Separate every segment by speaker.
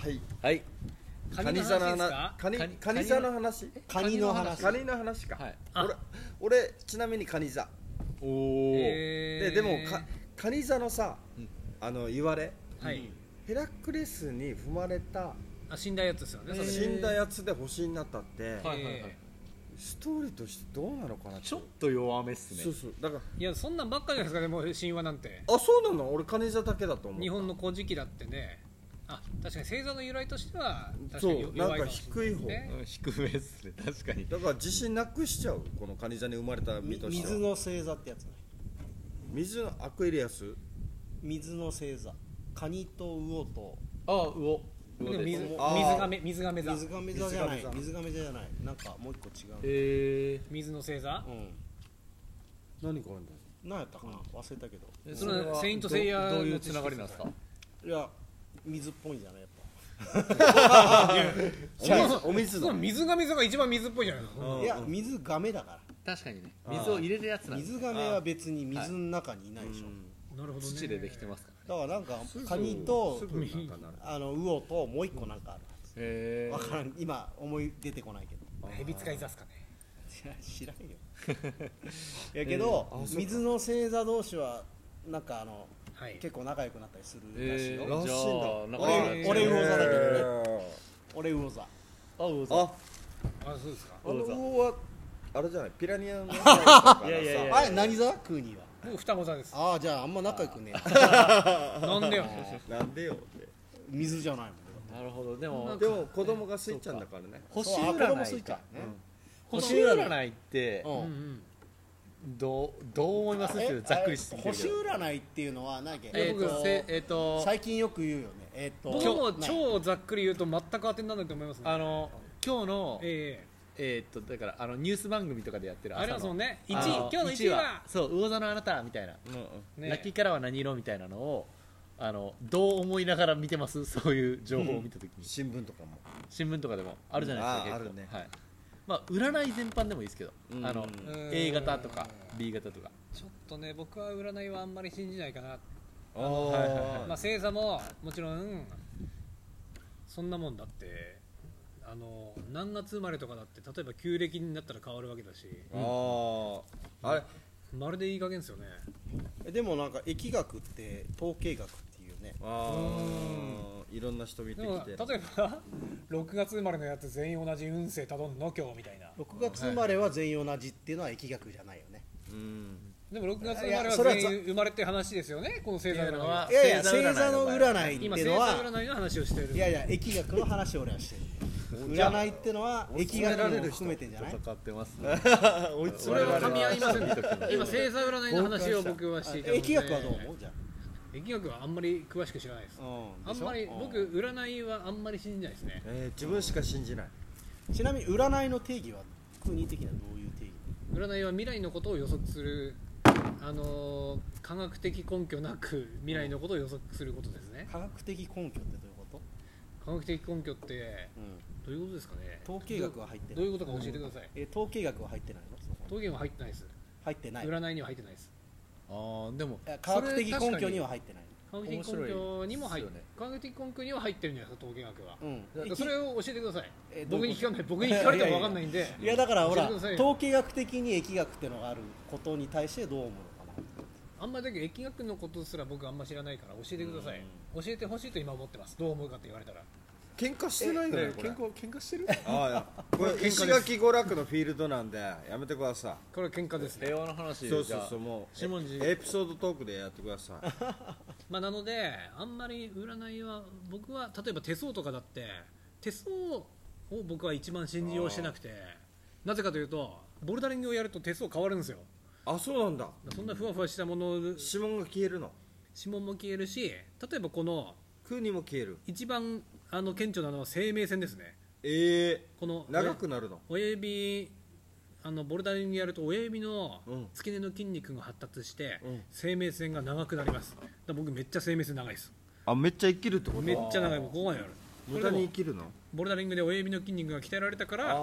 Speaker 1: はい
Speaker 2: はい
Speaker 1: カニ座の話カニカニ座の話
Speaker 3: カニの話
Speaker 1: カニの話か、
Speaker 2: はい
Speaker 1: 俺
Speaker 3: あ
Speaker 1: 俺ちなみにカニ座
Speaker 2: お
Speaker 3: お
Speaker 2: お、
Speaker 1: ででもかカニ座のさ、
Speaker 2: うん
Speaker 1: あの言われ
Speaker 3: はい
Speaker 1: ヘラクレスに踏まれた
Speaker 3: あ死んだやつですよねそれ
Speaker 1: 死んだやつで星になったって、
Speaker 2: はいはいはい
Speaker 3: え
Speaker 1: ストーリーとしてどうなのかなって
Speaker 2: ちょっと弱めっすね
Speaker 1: そうそうだか
Speaker 3: ーいやそんなんばっかじゃないですかでも神話なんて
Speaker 1: らあそうなの俺カニ座だけだと思う
Speaker 3: 日本の古事記だってねあ確かに星座の由来としては確かに
Speaker 1: そう
Speaker 3: 弱
Speaker 1: なん
Speaker 3: い
Speaker 1: か
Speaker 3: もしれ
Speaker 1: 低い
Speaker 3: な
Speaker 1: 方
Speaker 3: ね
Speaker 2: うん低めっすね確かに
Speaker 1: だから自信なくしちゃうこのカニ座に生まれた身
Speaker 4: み
Speaker 1: としては
Speaker 4: 水の星座ってやつね
Speaker 1: 水のアクエリアス
Speaker 4: 水の星座カニと魚と
Speaker 2: ああ
Speaker 3: で
Speaker 2: 魚魚
Speaker 3: も
Speaker 2: で
Speaker 3: 水
Speaker 2: す
Speaker 3: 水
Speaker 1: あー
Speaker 3: がめ水がめ座
Speaker 4: 水亀座じゃない
Speaker 1: 水亀座
Speaker 4: 水亀座じゃないなんかもう一個違う
Speaker 2: へえ
Speaker 3: 水の星座
Speaker 4: う
Speaker 1: 何があるんだ
Speaker 4: ん何やったかな忘れたけど
Speaker 2: ー、
Speaker 3: それはセイントセイヤの
Speaker 2: どどういうつながりなんですか
Speaker 4: いや水っぽいんじゃないやっ
Speaker 1: お水
Speaker 3: そう水がめ座が一番水っぽいじゃないですか
Speaker 4: ぱいや水亀だか
Speaker 2: 確かにね水を入れるやつな
Speaker 4: ら
Speaker 2: んで
Speaker 4: 水亀は別に水の中にいないでしょ
Speaker 3: なるほどね
Speaker 2: 土でできてますからね
Speaker 4: だからなんかカニと
Speaker 1: すぐなんかなる
Speaker 4: あの魚ともう一個なんかある
Speaker 2: へ
Speaker 4: わからん今思い出てこないけど
Speaker 3: 蛇使い座っすかね
Speaker 4: いや知らんよやけど、水の星座同士はなんかあの
Speaker 3: はい
Speaker 4: 結構仲良くなったりするらしい
Speaker 2: え
Speaker 4: よ、
Speaker 2: ー、じゃあなんか
Speaker 3: 俺
Speaker 2: えー
Speaker 4: 俺魚座だけどね
Speaker 1: どね
Speaker 4: 俺魚座
Speaker 2: あ魚座
Speaker 1: あ
Speaker 3: あそうですか
Speaker 1: あの
Speaker 2: 魚座
Speaker 1: 魚はあれじゃないピラニアの仲間だからさ
Speaker 2: いやいやいや
Speaker 4: あれ何座クーニーは
Speaker 3: 僕双子座です
Speaker 4: ああじゃああんま仲良くねえ
Speaker 3: なんでよ
Speaker 1: なんでよって
Speaker 4: 水じゃ ないもん
Speaker 2: なるほどでも
Speaker 1: でも子供がスイちゃんだからね
Speaker 2: 星
Speaker 4: そうあこれもス
Speaker 2: 占
Speaker 4: イ
Speaker 2: い
Speaker 4: ちゃん
Speaker 2: か
Speaker 4: ね、
Speaker 2: 星占いって
Speaker 4: うん
Speaker 3: うんう
Speaker 4: うん
Speaker 3: ん
Speaker 2: どうどう思いますっていうざっくりして
Speaker 4: え
Speaker 2: み
Speaker 4: あ
Speaker 2: て
Speaker 4: れ
Speaker 2: るけ
Speaker 4: 星
Speaker 2: ど
Speaker 4: 占いっていうのは何だっけ
Speaker 2: えっ、
Speaker 3: 僕
Speaker 2: とせえっ、と
Speaker 4: 最近よく言うよねえっ、
Speaker 3: 僕
Speaker 4: と
Speaker 3: も
Speaker 4: ない
Speaker 3: 超ざっくり言うと全く当てにならないと思いますね
Speaker 2: あの今日のえっ、
Speaker 3: え
Speaker 2: とだからあのニュース番組とかでやって
Speaker 3: え
Speaker 2: る
Speaker 3: あれ
Speaker 2: 朝
Speaker 3: はそ
Speaker 2: の
Speaker 3: のね1位
Speaker 2: あの
Speaker 3: 今日の1位は
Speaker 2: そう魚座のあなたみたいな、
Speaker 1: うんうん
Speaker 3: ね
Speaker 2: ラッキーカラーは何色みたいなのをあのどう思いながら見てます そういう情報を見たときに、
Speaker 1: 新聞とかも
Speaker 2: 新聞とかでもあるじゃないです
Speaker 1: う
Speaker 2: か、
Speaker 1: んあー
Speaker 2: 結構
Speaker 1: あ
Speaker 2: はいまあ、占い全般でもいいですけど、
Speaker 1: うん
Speaker 2: あの
Speaker 1: うん
Speaker 2: A 型とか B 型とか
Speaker 3: ちょっとね僕は占いはあんまり信じないかな
Speaker 1: あー
Speaker 2: はいはいはい
Speaker 3: まあ、星座ももちろんそんなもんだってあの何月生まれとかだって例えば旧暦になったら変わるわけだし
Speaker 1: あああれ
Speaker 3: まるでいい加減ですよね
Speaker 4: えでもなんか疫学って統計学っていうね
Speaker 1: あーいろんな人見て
Speaker 3: で
Speaker 1: き
Speaker 3: も
Speaker 1: て
Speaker 3: 例えば 6月生まれのやつ全員同じ運勢たどんの今日みたいな
Speaker 4: 6月生まれは全員同じっていうのは疫学じゃないよね
Speaker 1: うん
Speaker 3: でも6月生
Speaker 4: い
Speaker 3: ま
Speaker 4: や
Speaker 3: れは
Speaker 4: それは
Speaker 3: 全員生まれって話ですよねこの星座の
Speaker 2: は
Speaker 4: あいやいや
Speaker 2: 星
Speaker 4: 星
Speaker 2: 座占いの
Speaker 4: 座の占いって
Speaker 3: 今
Speaker 4: い
Speaker 3: 星
Speaker 4: う
Speaker 3: 座
Speaker 4: のは
Speaker 3: 占いの話をしてる
Speaker 4: いやいや疫学の話を俺はしてる占いってのは疫学も含めてんじゃない
Speaker 2: 戦ってますね
Speaker 1: 追い
Speaker 3: そ
Speaker 1: 詰
Speaker 3: れ
Speaker 1: め
Speaker 3: は
Speaker 1: られ
Speaker 3: 噛み合いませんね今
Speaker 2: 今
Speaker 3: 星座占いの話を僕はしていたので
Speaker 4: 疫学はどう思うじゃ
Speaker 3: 疫学はあんまり詳しく知らないです
Speaker 4: あ
Speaker 3: あんまり僕占いはあんまり信じないですね
Speaker 1: えー自分しか信じない
Speaker 4: ちなみに占いの定義は国的にはどういう定義
Speaker 3: 占いは未来のことを予測する、あのー科学的根拠なく未来のことを予測することですね
Speaker 4: 科学的根拠ってどういうこと、
Speaker 3: 科学的根拠ってどういうことですかね
Speaker 4: 統計学は入って
Speaker 3: ど
Speaker 4: な
Speaker 3: う
Speaker 4: い
Speaker 3: いうことか教えてください
Speaker 4: えー統計学は入ってないのそこに
Speaker 3: 統計は入ってないです
Speaker 4: 入ってない
Speaker 3: 占いには入ってないです
Speaker 2: あーでも
Speaker 4: え科学的根拠には入ってない
Speaker 3: 科学的根拠にも入っ
Speaker 2: 面白いですよね
Speaker 3: 科学的根拠には入ってるんじゃないですか統計学は
Speaker 4: うん
Speaker 3: だからそれを教えてください
Speaker 4: えどう
Speaker 3: 僕
Speaker 4: いう
Speaker 3: に聞
Speaker 4: こ
Speaker 3: か
Speaker 4: と
Speaker 3: ない僕に聞かれても分かんないんで
Speaker 4: いやだからほ
Speaker 3: 教え
Speaker 4: ら
Speaker 3: てくださいよ
Speaker 4: 統計学的に疫学ってのがあることに対してどう思うのかな
Speaker 3: あんまりだけど疫学のことすら僕あんま知らないから教えてください教えてほしいと今思ってますどう思うかって言われたら
Speaker 1: 喧嘩してないよねこれ
Speaker 2: 喧嘩してる
Speaker 1: ああいやこれ石垣娯楽のフィールドなんでやめてくださ
Speaker 3: これは喧嘩ですね
Speaker 2: 平和の話
Speaker 1: い
Speaker 2: じゃ
Speaker 1: そ
Speaker 2: あ
Speaker 1: うそうそうもう
Speaker 2: シモンジ
Speaker 1: エピソードトークでやってください
Speaker 3: まあ、なのであんまり占いは僕は例えば手相とかだって手相を僕は一番信じようしてなくてなぜかというとボルダリングをやると手相変わるんですよ
Speaker 1: あそうなんだ
Speaker 3: そんなふわふわしたもの
Speaker 1: 指紋が消えるの
Speaker 3: 指紋も消えるし例えばこの
Speaker 1: 空にも消える
Speaker 3: 一番あの顕著なのは生命線ですね
Speaker 1: ええ
Speaker 3: この
Speaker 1: 長くなるの
Speaker 3: 親指あのボルダリングやると親指の
Speaker 1: うん
Speaker 3: 付け根の筋肉が発達して、
Speaker 1: うん
Speaker 3: 生命線が長くなりますだから僕めっちゃ生命線長いです
Speaker 1: あめっちゃ生きるってこ
Speaker 3: めっちゃ長いもうここまである
Speaker 1: 無駄に生きるの
Speaker 3: ボルダリングで親指の筋肉が鍛えられたから
Speaker 1: あー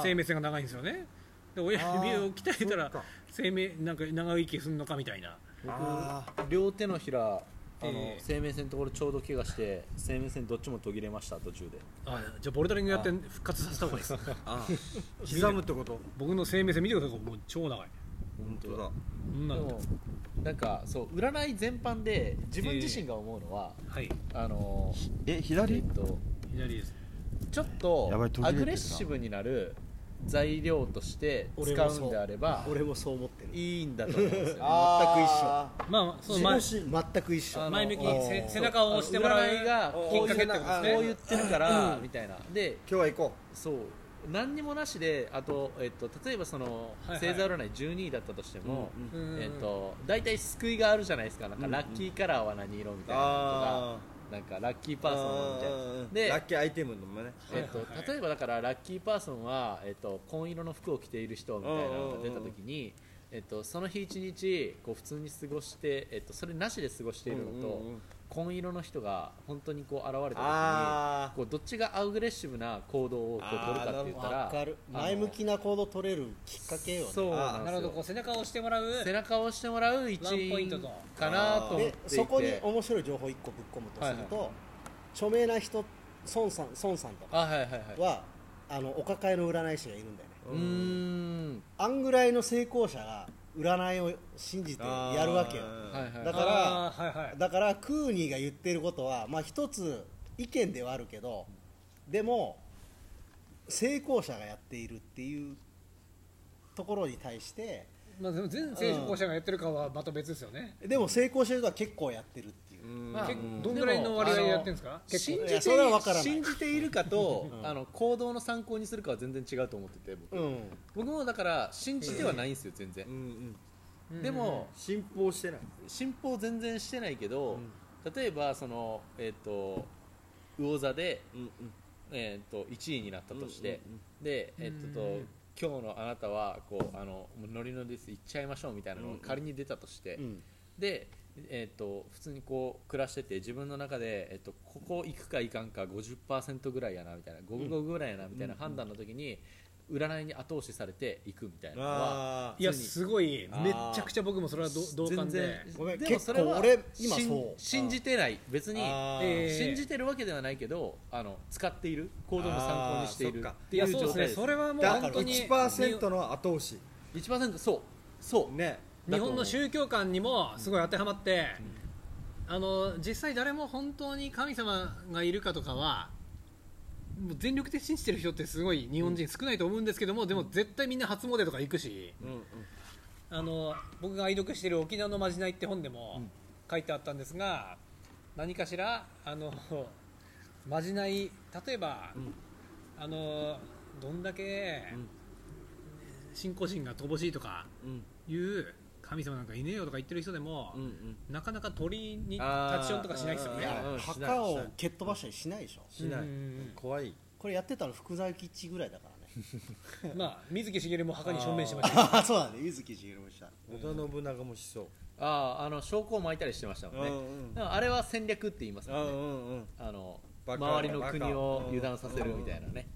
Speaker 1: あ
Speaker 3: 生命線が長いんですよねで親指を鍛えたら
Speaker 1: そっか
Speaker 3: 生命なんか長生きするのかみたいな
Speaker 1: あ
Speaker 2: 両手のひらあの
Speaker 3: ええ
Speaker 2: 生命線のところちょうど怪我して生命線どっちも途切れました途中で
Speaker 3: あじゃあボルダリングやって復活させた方がいい です
Speaker 1: あ
Speaker 3: 刻むってこと僕の生命線見てくださいもう超長い
Speaker 1: 本当だ
Speaker 3: こん
Speaker 2: で
Speaker 3: なの
Speaker 2: もなんかそう占い全般で自分自身が思うのは、
Speaker 3: はい
Speaker 2: あの
Speaker 5: え
Speaker 2: え
Speaker 5: 左
Speaker 2: っと
Speaker 3: 左です
Speaker 2: ちょっと
Speaker 5: やばい途切れ
Speaker 2: ア
Speaker 5: てるな
Speaker 2: グレッシブになる材料として使うんであれば
Speaker 4: 俺もそう思ってる
Speaker 2: いいんだと思うんですよ、ね、
Speaker 5: あ
Speaker 3: まあその前
Speaker 4: 前全く一緒
Speaker 2: あの
Speaker 3: 前向きにせ
Speaker 2: そう
Speaker 3: 背中を押してもらう
Speaker 2: 占いが
Speaker 1: お
Speaker 2: こう
Speaker 1: きっかけ
Speaker 2: い
Speaker 1: って
Speaker 2: う
Speaker 1: ことです
Speaker 2: こ
Speaker 1: ね
Speaker 2: う言ってるからみたいなで
Speaker 1: 今日は行こ
Speaker 2: そう何にもなしであと、えっと、例えばその、
Speaker 3: はいはい
Speaker 2: 星座占い12位だったとしても、
Speaker 3: うん
Speaker 2: えっと、大体救いがあるじゃないですかなんかラッキーカラーは何色み
Speaker 1: う
Speaker 2: たいなの
Speaker 1: あ
Speaker 2: とかなんかラッキー
Speaker 1: あ
Speaker 2: パーソンはみたいな
Speaker 1: うん
Speaker 2: で
Speaker 1: ラッキーアイテムのもね
Speaker 2: えっと
Speaker 3: はいはいはい
Speaker 2: 例えばだからラッキーパーソンは、えっと、紺色の服を着ている人みたいなのが出た時に、えっと、その日一日こう普通に過ごして、えっと、それなしで過ごしているのと、
Speaker 1: うんうんうん
Speaker 2: 紺色の人が本当にこう現れた時に
Speaker 1: あ
Speaker 2: こうどっちがアグレッシブな行動をこう取るかって言ったら
Speaker 4: わかる
Speaker 2: あの
Speaker 4: 前向きな行動取れるきっかけよね
Speaker 2: そう
Speaker 1: あ
Speaker 2: なん
Speaker 3: なるほどこ
Speaker 2: で
Speaker 3: う背中を押してもらう
Speaker 2: すよ背中を押してもらう一
Speaker 3: ワンポイン
Speaker 2: 員
Speaker 3: トと
Speaker 2: かなと思ってい
Speaker 4: で
Speaker 2: て
Speaker 4: そこに面白い情報1個ぶっ込むとすると、著名な人孫さん孫さんとか
Speaker 2: あはいはいはい
Speaker 4: はあのお抱えの占い師がいるんだよね
Speaker 1: ー
Speaker 2: うーん
Speaker 4: あんぐらいの成功者が占いを信じて
Speaker 1: あー
Speaker 4: やるわけよ
Speaker 2: はいはい
Speaker 3: だ
Speaker 4: だか
Speaker 3: かららはいはい
Speaker 4: だからクーニーが言ってることはまあ一つ意見ではあるけどでも成功者がやっているっていうところに対して
Speaker 3: まあでも全成功者がやってるかはまた別ですよね
Speaker 4: でも成功してる人は結構やってるっていう、
Speaker 1: うん
Speaker 2: まあ
Speaker 3: け
Speaker 2: うん
Speaker 3: どんぐらいの割合でやってるんですか結
Speaker 2: 信
Speaker 4: い
Speaker 2: じて
Speaker 4: やそれは分からない
Speaker 2: 信じているかと、
Speaker 4: うん
Speaker 2: あの行動の参考にするかは全然違うと思ってて僕,、
Speaker 4: うん、
Speaker 2: 僕もだから信じてはないんですよ全然
Speaker 1: うん、うん
Speaker 3: 構
Speaker 2: でも
Speaker 1: 信奉してない
Speaker 2: 信奉全然してないけど、例えばそのえっ、と魚座で、
Speaker 1: うんうん
Speaker 2: えっと1位になったとして、
Speaker 1: うんうん
Speaker 2: でえっ、と
Speaker 3: う
Speaker 2: と
Speaker 3: ん
Speaker 2: 今日のあなたはこうあのもうノリノリです行っちゃいましょうみたいなのが仮に出たとして、
Speaker 4: うん
Speaker 2: で、えー、と普通にこう暮らしてて自分の中で、えー、とここ行くか行かんか50%ぐらいやなみたいな5分5ぐらいやなみたいな判断の時に、占いに後押しされて行くみたいなのは。
Speaker 1: あ
Speaker 3: いやすごいめっちゃくちゃ僕もそれはど同感で
Speaker 2: 全然
Speaker 4: ごめん
Speaker 2: でもそれは
Speaker 4: 結構俺今
Speaker 2: 信
Speaker 4: そう
Speaker 2: 信じてない別に
Speaker 1: あー
Speaker 3: えー
Speaker 2: 信じてるわけではないけどあの使っている行動の参考にしている
Speaker 1: あーそっか
Speaker 2: って
Speaker 3: い
Speaker 2: い
Speaker 3: や
Speaker 2: う
Speaker 3: そうで
Speaker 2: 状
Speaker 3: す
Speaker 2: 態
Speaker 3: ね
Speaker 2: です
Speaker 3: それはもう
Speaker 1: だ
Speaker 3: 本
Speaker 1: から
Speaker 3: 当に
Speaker 1: 1%の後押し
Speaker 2: 1%そうそう、
Speaker 1: ね
Speaker 3: 日本の宗教観にもすごい当てはまって、あの実際誰も本当に神様がいるかとかはもう全力で信じてる人ってすごい日本人少ないと思うんですけども、でも絶対みんな初詣とか行くし
Speaker 1: うんうん
Speaker 3: あの僕が愛読している「沖縄のまじない」って本でも書いてあったんですが、何かしらあのまじない例えば、
Speaker 1: ん
Speaker 3: あのどんだけ
Speaker 1: ん
Speaker 3: 信仰心が乏しいとか
Speaker 1: うん
Speaker 3: いう神様なんかいねえよとか言ってる人でも、
Speaker 1: うんうん
Speaker 3: なかなか鳥に立ち寄るとかしないですよね
Speaker 1: あー。うんしない
Speaker 4: 墓を蹴っ飛ばしたりしないでしょ
Speaker 1: しない
Speaker 3: うん
Speaker 1: 怖い
Speaker 4: これやってたの福沢吉一ぐらいだからね
Speaker 3: まあ水木しげるも墓に正面しました。
Speaker 4: ああそうだね柚木しげるもした
Speaker 1: 織田信長もしそう
Speaker 2: あーあの証拠を巻いたりしてましたもんね、
Speaker 1: うんうん
Speaker 2: だからあれは戦略って言います
Speaker 1: う
Speaker 2: もんね、
Speaker 1: んうん
Speaker 2: あの
Speaker 1: バカ
Speaker 2: 周りの国を油断させるみたいなね、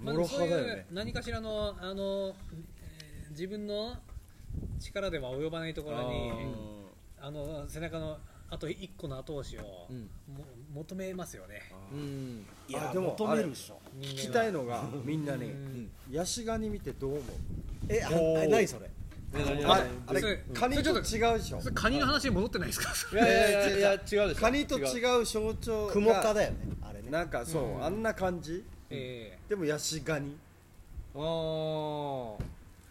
Speaker 3: まあ
Speaker 1: もろ
Speaker 3: そ
Speaker 1: 派
Speaker 3: うい
Speaker 1: だよ
Speaker 3: う
Speaker 1: ね
Speaker 3: 何かしらのあの、えー自分の力では及ばないところにあの背中のあと一個の後押しを、
Speaker 2: うん
Speaker 3: も求めますよね。
Speaker 2: うん
Speaker 4: いや
Speaker 1: あでも
Speaker 4: 求めるでしょ
Speaker 1: 聞きたい
Speaker 3: の。
Speaker 1: のがみんな
Speaker 3: う
Speaker 1: に
Speaker 3: ん
Speaker 1: ヤシガニ見てどう思う
Speaker 4: えああ何それ
Speaker 1: あれあ
Speaker 3: それ
Speaker 1: れカニと違うでしょ
Speaker 3: それカニの話に戻ってないですか。
Speaker 2: いやいやいやいや違うでしょ
Speaker 1: カニと違う象徴が
Speaker 4: 雲科だよねあれね
Speaker 1: なんかそう、あんな感じ
Speaker 3: え
Speaker 1: でもヤシガニ
Speaker 2: あー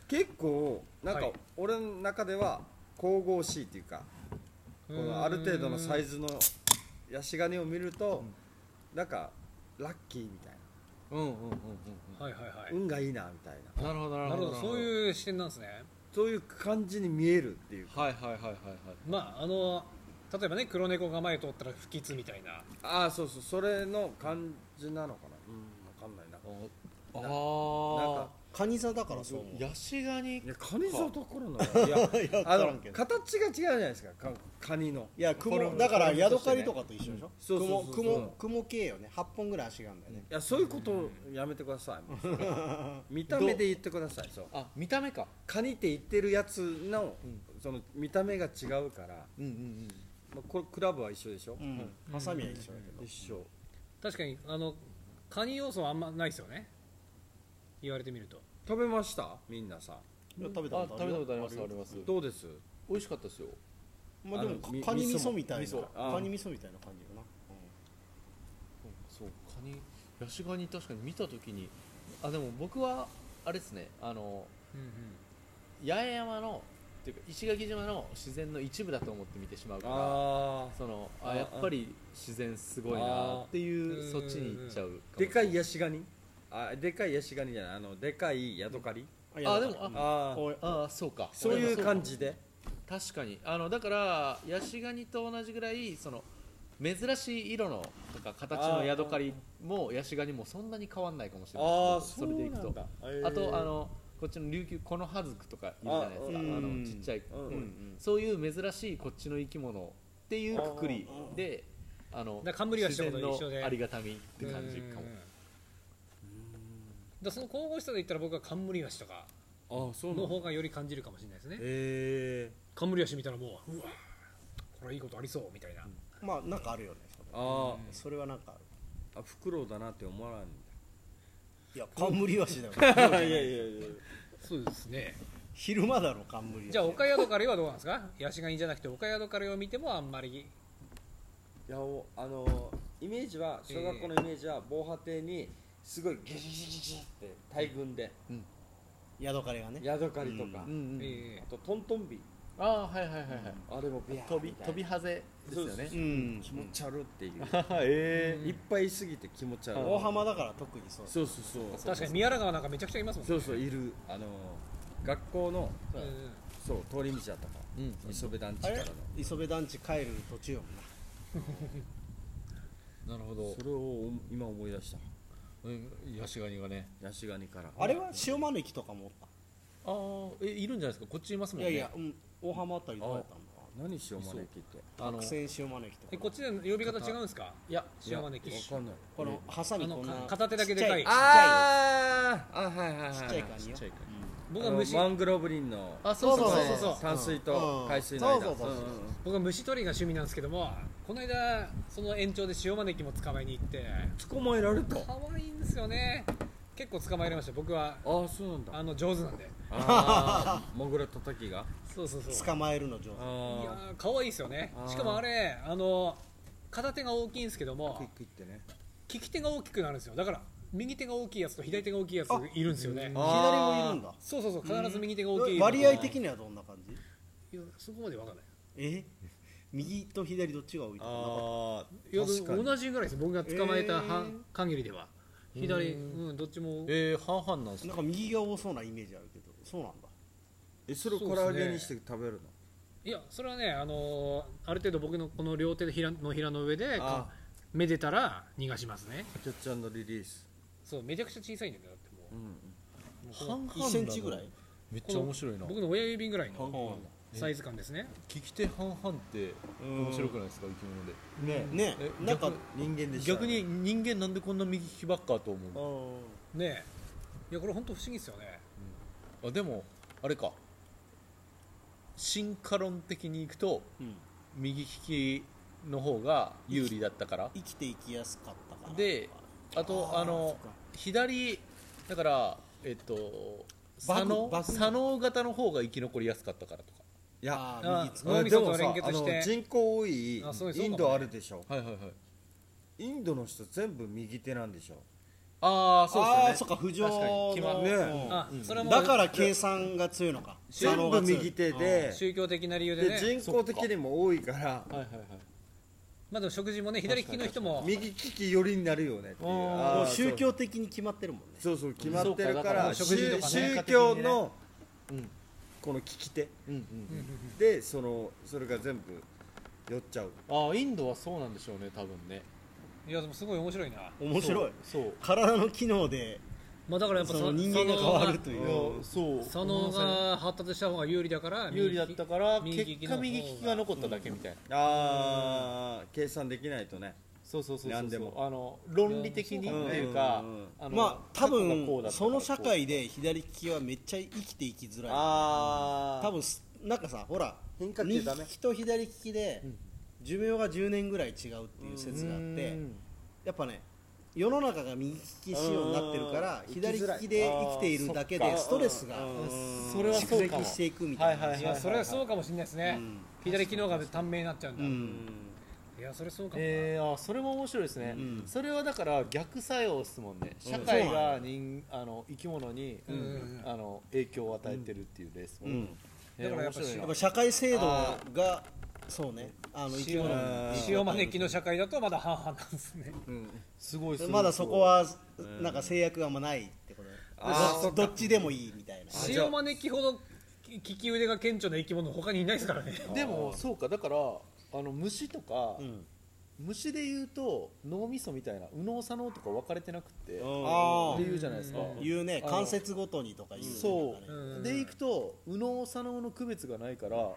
Speaker 1: 結構なん
Speaker 3: は
Speaker 1: か
Speaker 3: い
Speaker 1: 俺の中では神々しいっていうか、
Speaker 3: え
Speaker 1: このある程度のサイズのヤシガニを見ると、なんかラッキーみたいな
Speaker 2: うんうんうんうん
Speaker 3: はいはいはい。
Speaker 1: 運がいいなみたいな
Speaker 2: うんなるほどなる
Speaker 3: な
Speaker 2: ほ
Speaker 3: る
Speaker 2: ど
Speaker 3: ほどそういう視点なんですね。
Speaker 1: そういう感じに見えるっていう
Speaker 2: はいはいはいはいはい
Speaker 3: まああの例えばね黒猫が前通ったら不吉みたいな。
Speaker 1: ああそうそうそれの感じなのかなうん分かんないな
Speaker 2: あ
Speaker 1: なん
Speaker 2: ー
Speaker 1: か
Speaker 4: カニ座だからそう思う
Speaker 2: ヤシガニ
Speaker 1: いやカニ座ところのいや
Speaker 4: いや
Speaker 1: あ
Speaker 4: わか
Speaker 1: の
Speaker 4: らんけど
Speaker 1: 形が違うじゃないですかかカニの
Speaker 4: いや
Speaker 1: こ
Speaker 4: 雲
Speaker 1: れ
Speaker 4: だから
Speaker 1: これ
Speaker 4: ヤドカリとかと一緒でしょ
Speaker 1: そうそう
Speaker 4: 雲
Speaker 1: そう
Speaker 4: 雲雲系よね8本ぐらい足があるんだよね
Speaker 1: いやそういうことをやめてください、 見た目で言ってくださいそう
Speaker 2: あ見た目か
Speaker 1: カニって言ってるやつの、
Speaker 2: ん
Speaker 1: その見た目が違うから
Speaker 2: うんうんうん
Speaker 1: まあ、これクラブは一緒でしょ、
Speaker 4: うんハサミは一緒だけど、
Speaker 1: 一緒
Speaker 3: 確かにあのカニ要素はあんまないですよね言われてみると
Speaker 1: 食べましたみんなさん
Speaker 4: いや食べたことあるよよ
Speaker 2: ます
Speaker 1: どうです
Speaker 2: 美味しかったですよ
Speaker 4: まあでも
Speaker 1: あのみ
Speaker 4: カニ味噌みたい
Speaker 2: 味噌も
Speaker 1: 味噌
Speaker 4: なカニ味噌みたいな感じよな、
Speaker 2: そうカニヤシガニ確かに見た時にあでも僕はあれですねあの
Speaker 3: うんうん
Speaker 2: 八重山のっていうか石垣島の自然の一部だと思って見てしまうから
Speaker 1: あ
Speaker 2: その
Speaker 1: あ
Speaker 2: あやっぱり自然すごいなっていうそっちに行っちゃうかも
Speaker 1: ーでかいヤシガニあでかいヤシガニじゃないあのでかいヤドカリ、
Speaker 4: いや
Speaker 2: あでも
Speaker 4: だから
Speaker 1: ああ
Speaker 4: おい
Speaker 2: ああそうか
Speaker 1: そういう感
Speaker 2: じ
Speaker 1: じで
Speaker 2: 確かにあのだからヤシガニと同じぐらいその珍しい色のとか形のヤドカリもヤシガニもそんなに変わんないかもしれないですれでいくとあとあのこっちの琉球このハズクとかいるじゃないですかあ
Speaker 4: あうん
Speaker 2: のちっちゃい、
Speaker 1: うん
Speaker 4: うん
Speaker 2: そういう珍しいこっちの生き物っていうくくりであの
Speaker 3: だから冠はしたこと一緒で
Speaker 2: 自然のありがたみって感じかも
Speaker 3: うんうんうんだからその神々しさで言ったら僕は冠はしとか
Speaker 1: ああそう
Speaker 3: の方がより感じるかもしれないですね
Speaker 1: へえ
Speaker 3: 冠はし見たらもううわこれいいことありそうみたいな
Speaker 4: まあなんかあるよね
Speaker 1: あ
Speaker 3: うん
Speaker 4: それはなんかある
Speaker 1: あフクロウだなって思わないん
Speaker 4: いや冠わしだよ
Speaker 1: だいやいやいや
Speaker 3: そうですね
Speaker 4: 昼間だろ冠わし
Speaker 3: じゃあ岡宿カレーはどうなんですかヤシガニじゃなくて岡宿カレーを見てもあんまり
Speaker 1: いやおあのイメージは小学校のイメージは防波堤にすごいギシギシギシって大群で
Speaker 4: ヤドカリがね
Speaker 1: ヤドカリとか、
Speaker 2: うんうん
Speaker 3: ええ
Speaker 1: あとトントンビ
Speaker 2: ああはいはいはいはい
Speaker 1: あれもビャー
Speaker 2: 飛び
Speaker 1: みたいな
Speaker 2: 飛びハゼですよ
Speaker 1: そうで
Speaker 2: ね
Speaker 1: す
Speaker 4: うん
Speaker 1: 気持ち悪っていう
Speaker 2: え
Speaker 1: いっぱいすぎて気持ち悪い
Speaker 4: 大浜だから特にそう
Speaker 1: そうそうそう
Speaker 3: 確かに宮良川なんかめちゃくちゃいますもんね
Speaker 1: そうそういるあの学校の
Speaker 3: うんうん
Speaker 1: そう通り道だったか
Speaker 2: えうん
Speaker 1: ら磯部団地
Speaker 4: あ
Speaker 1: から
Speaker 4: れ
Speaker 1: の
Speaker 4: 磯部団地帰る途中よ
Speaker 2: なるほど
Speaker 1: それを今思い出した
Speaker 2: うんヤシガニがね
Speaker 1: ヤシガニから
Speaker 4: あれは塩招きとかもおっ
Speaker 2: ああえいるんじゃないですかこっちいます
Speaker 4: た
Speaker 2: もん
Speaker 4: いや
Speaker 2: ね
Speaker 4: いや、うん、大浜あたりどうやったん
Speaker 1: 何しよう招きって
Speaker 2: あ
Speaker 4: だ
Speaker 2: の
Speaker 4: 苦
Speaker 2: い
Speaker 4: 戦塩招きとか
Speaker 3: えこっちで呼び方違うんですか
Speaker 2: や
Speaker 1: いや
Speaker 3: 塩招き
Speaker 1: わかんない
Speaker 4: このハサミ
Speaker 3: あの
Speaker 4: こんな
Speaker 3: か片手だけでかい
Speaker 4: ちっちゃ
Speaker 1: あーあはいはいはい
Speaker 4: ちっちゃい感じ
Speaker 2: ちっ
Speaker 4: よ
Speaker 2: ちゃいか
Speaker 3: 僕
Speaker 1: あ
Speaker 3: は
Speaker 1: の
Speaker 3: 虫
Speaker 1: マングローブ林の
Speaker 2: あそうそうそう
Speaker 4: そうそう
Speaker 2: そ
Speaker 4: そうう
Speaker 1: 淡水
Speaker 4: う
Speaker 1: と
Speaker 4: ん
Speaker 1: 海水の間
Speaker 4: そうそうそうそうん
Speaker 1: んん
Speaker 3: 僕は虫取りが趣味なんですけどもこの間その延長で塩招きも捕まえに行って
Speaker 1: 捕まえられたあ
Speaker 3: 可愛いんですよね結構捕まえれました僕は
Speaker 1: あそうなんだ
Speaker 3: あの上手なんで
Speaker 1: あーモグラ叩きが
Speaker 3: そうそうそう
Speaker 4: 捕まえるの上手
Speaker 3: いや
Speaker 1: あ
Speaker 3: ー可愛いですよね
Speaker 1: あー
Speaker 3: しかもあれあの片手が大きいんですけど
Speaker 1: あクイッ
Speaker 3: も
Speaker 1: クいってね
Speaker 3: 利き手が大きくなるんですよだから右手が大きいやつと左手が大きいやつ
Speaker 4: あ
Speaker 3: いるんですよね
Speaker 1: あ
Speaker 4: 左もいるんだ
Speaker 3: そうそうそう必ず右手が大きい
Speaker 4: 割合
Speaker 3: い
Speaker 4: 的にはどんな感じ
Speaker 3: やそこまで分かんない
Speaker 4: え右と左どっちが多いとかなかっ
Speaker 1: あ
Speaker 3: いや
Speaker 1: 確かに
Speaker 3: 同じぐらいです僕が捕まえたは、
Speaker 4: えー
Speaker 3: 限りでは左
Speaker 2: う
Speaker 3: うんどっちも
Speaker 2: えー、半々なんです
Speaker 4: たな
Speaker 2: か
Speaker 4: んか右が多そうなイメージあるけどそうなんだ
Speaker 1: えそれを唐揚げにして食べるの
Speaker 3: いやそれはね、あのーある程度僕のこの両手でひらのひらの上で
Speaker 1: あ
Speaker 3: めでたら逃がしますね
Speaker 1: キャッチャンドリリース
Speaker 3: そうめちゃくちゃ小さいんだよだっても
Speaker 1: うん
Speaker 3: うもうこの
Speaker 2: 半々
Speaker 4: 1センチぐらい
Speaker 2: めっちゃ面白いな
Speaker 3: 僕の親指ぐらい
Speaker 1: 半々
Speaker 3: の
Speaker 1: だ
Speaker 3: サイズ感ですね
Speaker 2: 聞き手半々って面白くないですか生き物で
Speaker 1: ね
Speaker 4: ね
Speaker 2: え
Speaker 4: なんか
Speaker 2: 逆
Speaker 1: 人間でした
Speaker 2: 逆に人間なんでこんな右利きばっかと思
Speaker 4: う
Speaker 3: ねえいやこれ本当不思議ですよね
Speaker 2: うあでもあれか進化論的にいくと
Speaker 4: ん
Speaker 2: 右利きの方が有利だったから
Speaker 4: 生きていきやすかったから
Speaker 2: であとあの左だからえっと
Speaker 4: バ
Speaker 2: 左
Speaker 4: グ
Speaker 2: 脳
Speaker 4: バグ
Speaker 2: 左脳型の方が生き残りやすかったからとか
Speaker 1: いや
Speaker 4: あ
Speaker 3: あ
Speaker 4: ー右つ
Speaker 1: あ
Speaker 3: 脳みそと連結
Speaker 1: あ
Speaker 3: して
Speaker 1: の人口多い
Speaker 3: あそうです
Speaker 1: インドあるでしょ
Speaker 2: はいはいはい
Speaker 1: インドの人全部右手なんでしょ
Speaker 2: ああそうですよね
Speaker 4: あーそっか浮上
Speaker 2: 確かに決ま
Speaker 4: の
Speaker 1: ね
Speaker 4: うん
Speaker 3: あそれはもう
Speaker 4: だから計算が強いのか
Speaker 1: 全部右手で
Speaker 3: 宗教的な理由でね
Speaker 1: で人口的にも多いから
Speaker 2: はいはいはい
Speaker 3: まあでも食事もね左利きの人も
Speaker 1: 右利き寄りになるよねっていう
Speaker 2: あ
Speaker 4: も
Speaker 1: あ
Speaker 4: う
Speaker 1: ー
Speaker 4: 宗教的に決まってるもんね
Speaker 1: そうそう決まってるから
Speaker 3: かだ
Speaker 2: そう
Speaker 3: から
Speaker 1: 宗
Speaker 3: 食事とかね
Speaker 1: 宗教の
Speaker 2: うん
Speaker 1: この利き手
Speaker 2: う
Speaker 3: うん
Speaker 2: んう
Speaker 3: んうん
Speaker 1: でそのそれが全部寄っちゃう
Speaker 2: うんああインドはそうなんでしょうね多分ね
Speaker 3: うんいやでもすごい面白いな
Speaker 4: 面白い
Speaker 2: そうそう
Speaker 4: 体の機能で
Speaker 3: まあだからやっぱ
Speaker 4: その人間が変わると
Speaker 2: い
Speaker 4: い
Speaker 2: や
Speaker 4: う
Speaker 2: そう
Speaker 3: 左脳が発達した方が有利だから
Speaker 2: 有利だったから
Speaker 3: 右利
Speaker 2: 結
Speaker 3: き
Speaker 2: 果
Speaker 3: の方が
Speaker 2: 右利きが残っただけみたいな、
Speaker 1: ああ計算できないとね
Speaker 2: そうそうそうそ
Speaker 1: な
Speaker 2: う
Speaker 1: んでも
Speaker 2: あの論理的に
Speaker 3: い
Speaker 2: っ
Speaker 3: やそう
Speaker 2: て
Speaker 3: だね
Speaker 2: いう
Speaker 1: う
Speaker 2: か
Speaker 1: んうんうん
Speaker 2: あの
Speaker 4: まあ多
Speaker 2: 過去がこうだ
Speaker 4: 分
Speaker 2: ったから
Speaker 4: その社会で左利きはめっちゃ生きていきづらい
Speaker 1: ああ
Speaker 4: 多分すなんかさほら
Speaker 1: 変化球
Speaker 4: 右
Speaker 1: ダ
Speaker 4: 利
Speaker 1: メ
Speaker 4: きと左利きで
Speaker 2: うん
Speaker 4: 寿命が10年ぐらい違うっていう説があってやっぱね世の中が右利き仕様になってるから
Speaker 1: うん
Speaker 4: 左利きで生きているだけ
Speaker 2: あーそっ
Speaker 4: で
Speaker 2: か
Speaker 4: ストレスが
Speaker 1: うん
Speaker 2: それは
Speaker 4: 蓄
Speaker 2: そうかも
Speaker 4: 積していくみたいな
Speaker 2: はい
Speaker 3: い
Speaker 2: は
Speaker 3: やそれはそうかもしれないですね、
Speaker 4: うん
Speaker 3: 左機能が短命になっちゃうんだ、
Speaker 4: う
Speaker 1: うんん
Speaker 3: いやそれそうかもな、
Speaker 2: えー、あそれも面白いですね、
Speaker 4: うん
Speaker 2: それはだから逆作用ですもんね
Speaker 4: うん
Speaker 2: 社会が人あの生き物に、
Speaker 3: うんうん
Speaker 2: あの影響を与えてるっていうレースも、
Speaker 4: うんん
Speaker 2: え
Speaker 3: だ
Speaker 2: ー
Speaker 3: からやっぱ
Speaker 2: 面白い
Speaker 4: や
Speaker 2: な
Speaker 4: っぱ社会制度がそうねあの生き物に
Speaker 3: 塩招きの社会だとまだ半々なんですね
Speaker 2: すごいすごい
Speaker 4: まだそこはなんか制約があんまないってこと
Speaker 1: あー
Speaker 4: どっどっちでもいいみたいな
Speaker 1: あじゃあ
Speaker 3: 塩招きほど利き腕が顕著な生き物他にいないですからね
Speaker 2: でもそうかだからあの虫とか、
Speaker 4: うん
Speaker 2: 虫で言うと脳みそみたいな右脳左脳とか分かれてなくて、
Speaker 4: あ
Speaker 2: っ
Speaker 4: あ
Speaker 2: ていうじゃないですか、
Speaker 3: うん
Speaker 4: 言うね
Speaker 2: あの
Speaker 4: 関節ごとにとか言うね
Speaker 2: そ
Speaker 4: なんか
Speaker 2: う、
Speaker 4: ね
Speaker 3: うん
Speaker 2: でいくと右脳左脳の区別がないから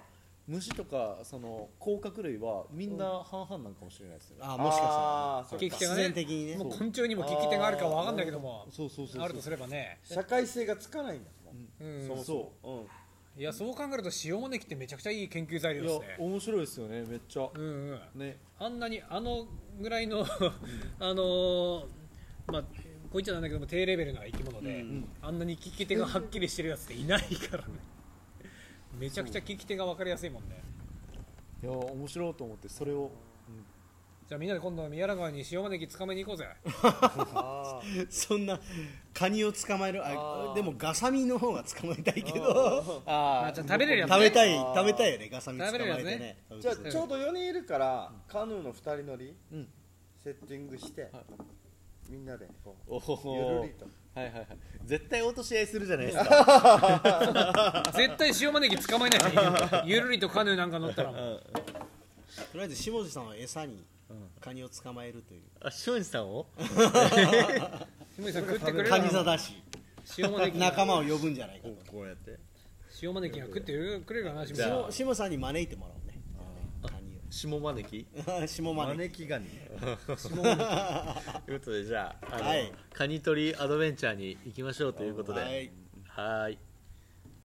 Speaker 2: 虫とかその甲殻類はみんな半々なんかもしれないですよね、
Speaker 4: あーもしかしたら
Speaker 1: あーそっか
Speaker 3: 利き手が
Speaker 4: 必然的にね
Speaker 3: もう昆虫にも利き手があるかは分かんないけども
Speaker 2: そうそうそうそう
Speaker 3: あるとすればね、
Speaker 1: 社会性がつかないんだもん、
Speaker 3: うん
Speaker 1: そもそもう、ん、
Speaker 3: いやそう考えると塩招きってめちゃくちゃいい研究材料
Speaker 2: い
Speaker 3: です
Speaker 2: や
Speaker 3: ね
Speaker 2: 面白いですよねめっちゃ、
Speaker 3: うんうん
Speaker 2: ね
Speaker 3: あんなにあのぐらいの あのーまあこう言っちゃなんだけども低レベルな生き物で、
Speaker 4: うん
Speaker 3: あんなに利き手がはっきりしてるやつっていないからねめちゃくちゃ利き手が分かりやすいもんね
Speaker 2: いや面白いと思ってそれを
Speaker 3: じゃあみんなで今度宮良川に塩招き捕まえに行こうぜ
Speaker 2: あ
Speaker 4: そんなカニを捕まえる
Speaker 2: あ
Speaker 4: あ
Speaker 2: ー
Speaker 4: でもガサミの方が捕まえたいけ
Speaker 1: あ
Speaker 4: ど
Speaker 1: ー
Speaker 2: あ
Speaker 3: あじゃあ食べれるやつ
Speaker 4: 食べたい
Speaker 1: あー
Speaker 4: 食べたいよねガサミ捕まえて
Speaker 3: 食べれる
Speaker 4: ね
Speaker 1: じゃあ
Speaker 4: 食べて
Speaker 1: ちょうど4人いるから、カヌーの2人乗り、
Speaker 2: うん
Speaker 1: セッティングして、
Speaker 2: はい
Speaker 1: みんなでこう
Speaker 2: お
Speaker 1: ゆ
Speaker 2: お
Speaker 1: る
Speaker 2: は
Speaker 1: り
Speaker 2: い
Speaker 1: と
Speaker 2: はいはい絶対落とし合いするじゃないですか
Speaker 3: 絶対塩招き捕まえないゆるりとカヌーなんか乗ったらもう
Speaker 4: とりあえず下地さんは餌にカニを捕まえるという
Speaker 2: あ庄司さんを
Speaker 3: 下地さん食ってくれる
Speaker 4: カ
Speaker 3: か
Speaker 4: ニ
Speaker 3: な
Speaker 4: 座だし
Speaker 3: 塩招き
Speaker 4: 仲間を呼ぶんじゃないかと
Speaker 2: こうやって
Speaker 3: 塩招きが食ってくれるかな下地
Speaker 2: じ
Speaker 3: さん
Speaker 2: ゃあ
Speaker 4: 下下さんに招いてもらおうねカニ
Speaker 2: 下招き
Speaker 4: を 下招き
Speaker 2: きガニということでじゃああの
Speaker 4: はい
Speaker 2: カニ取りアドベンチャーに行きましょうということで
Speaker 4: はい
Speaker 2: はーい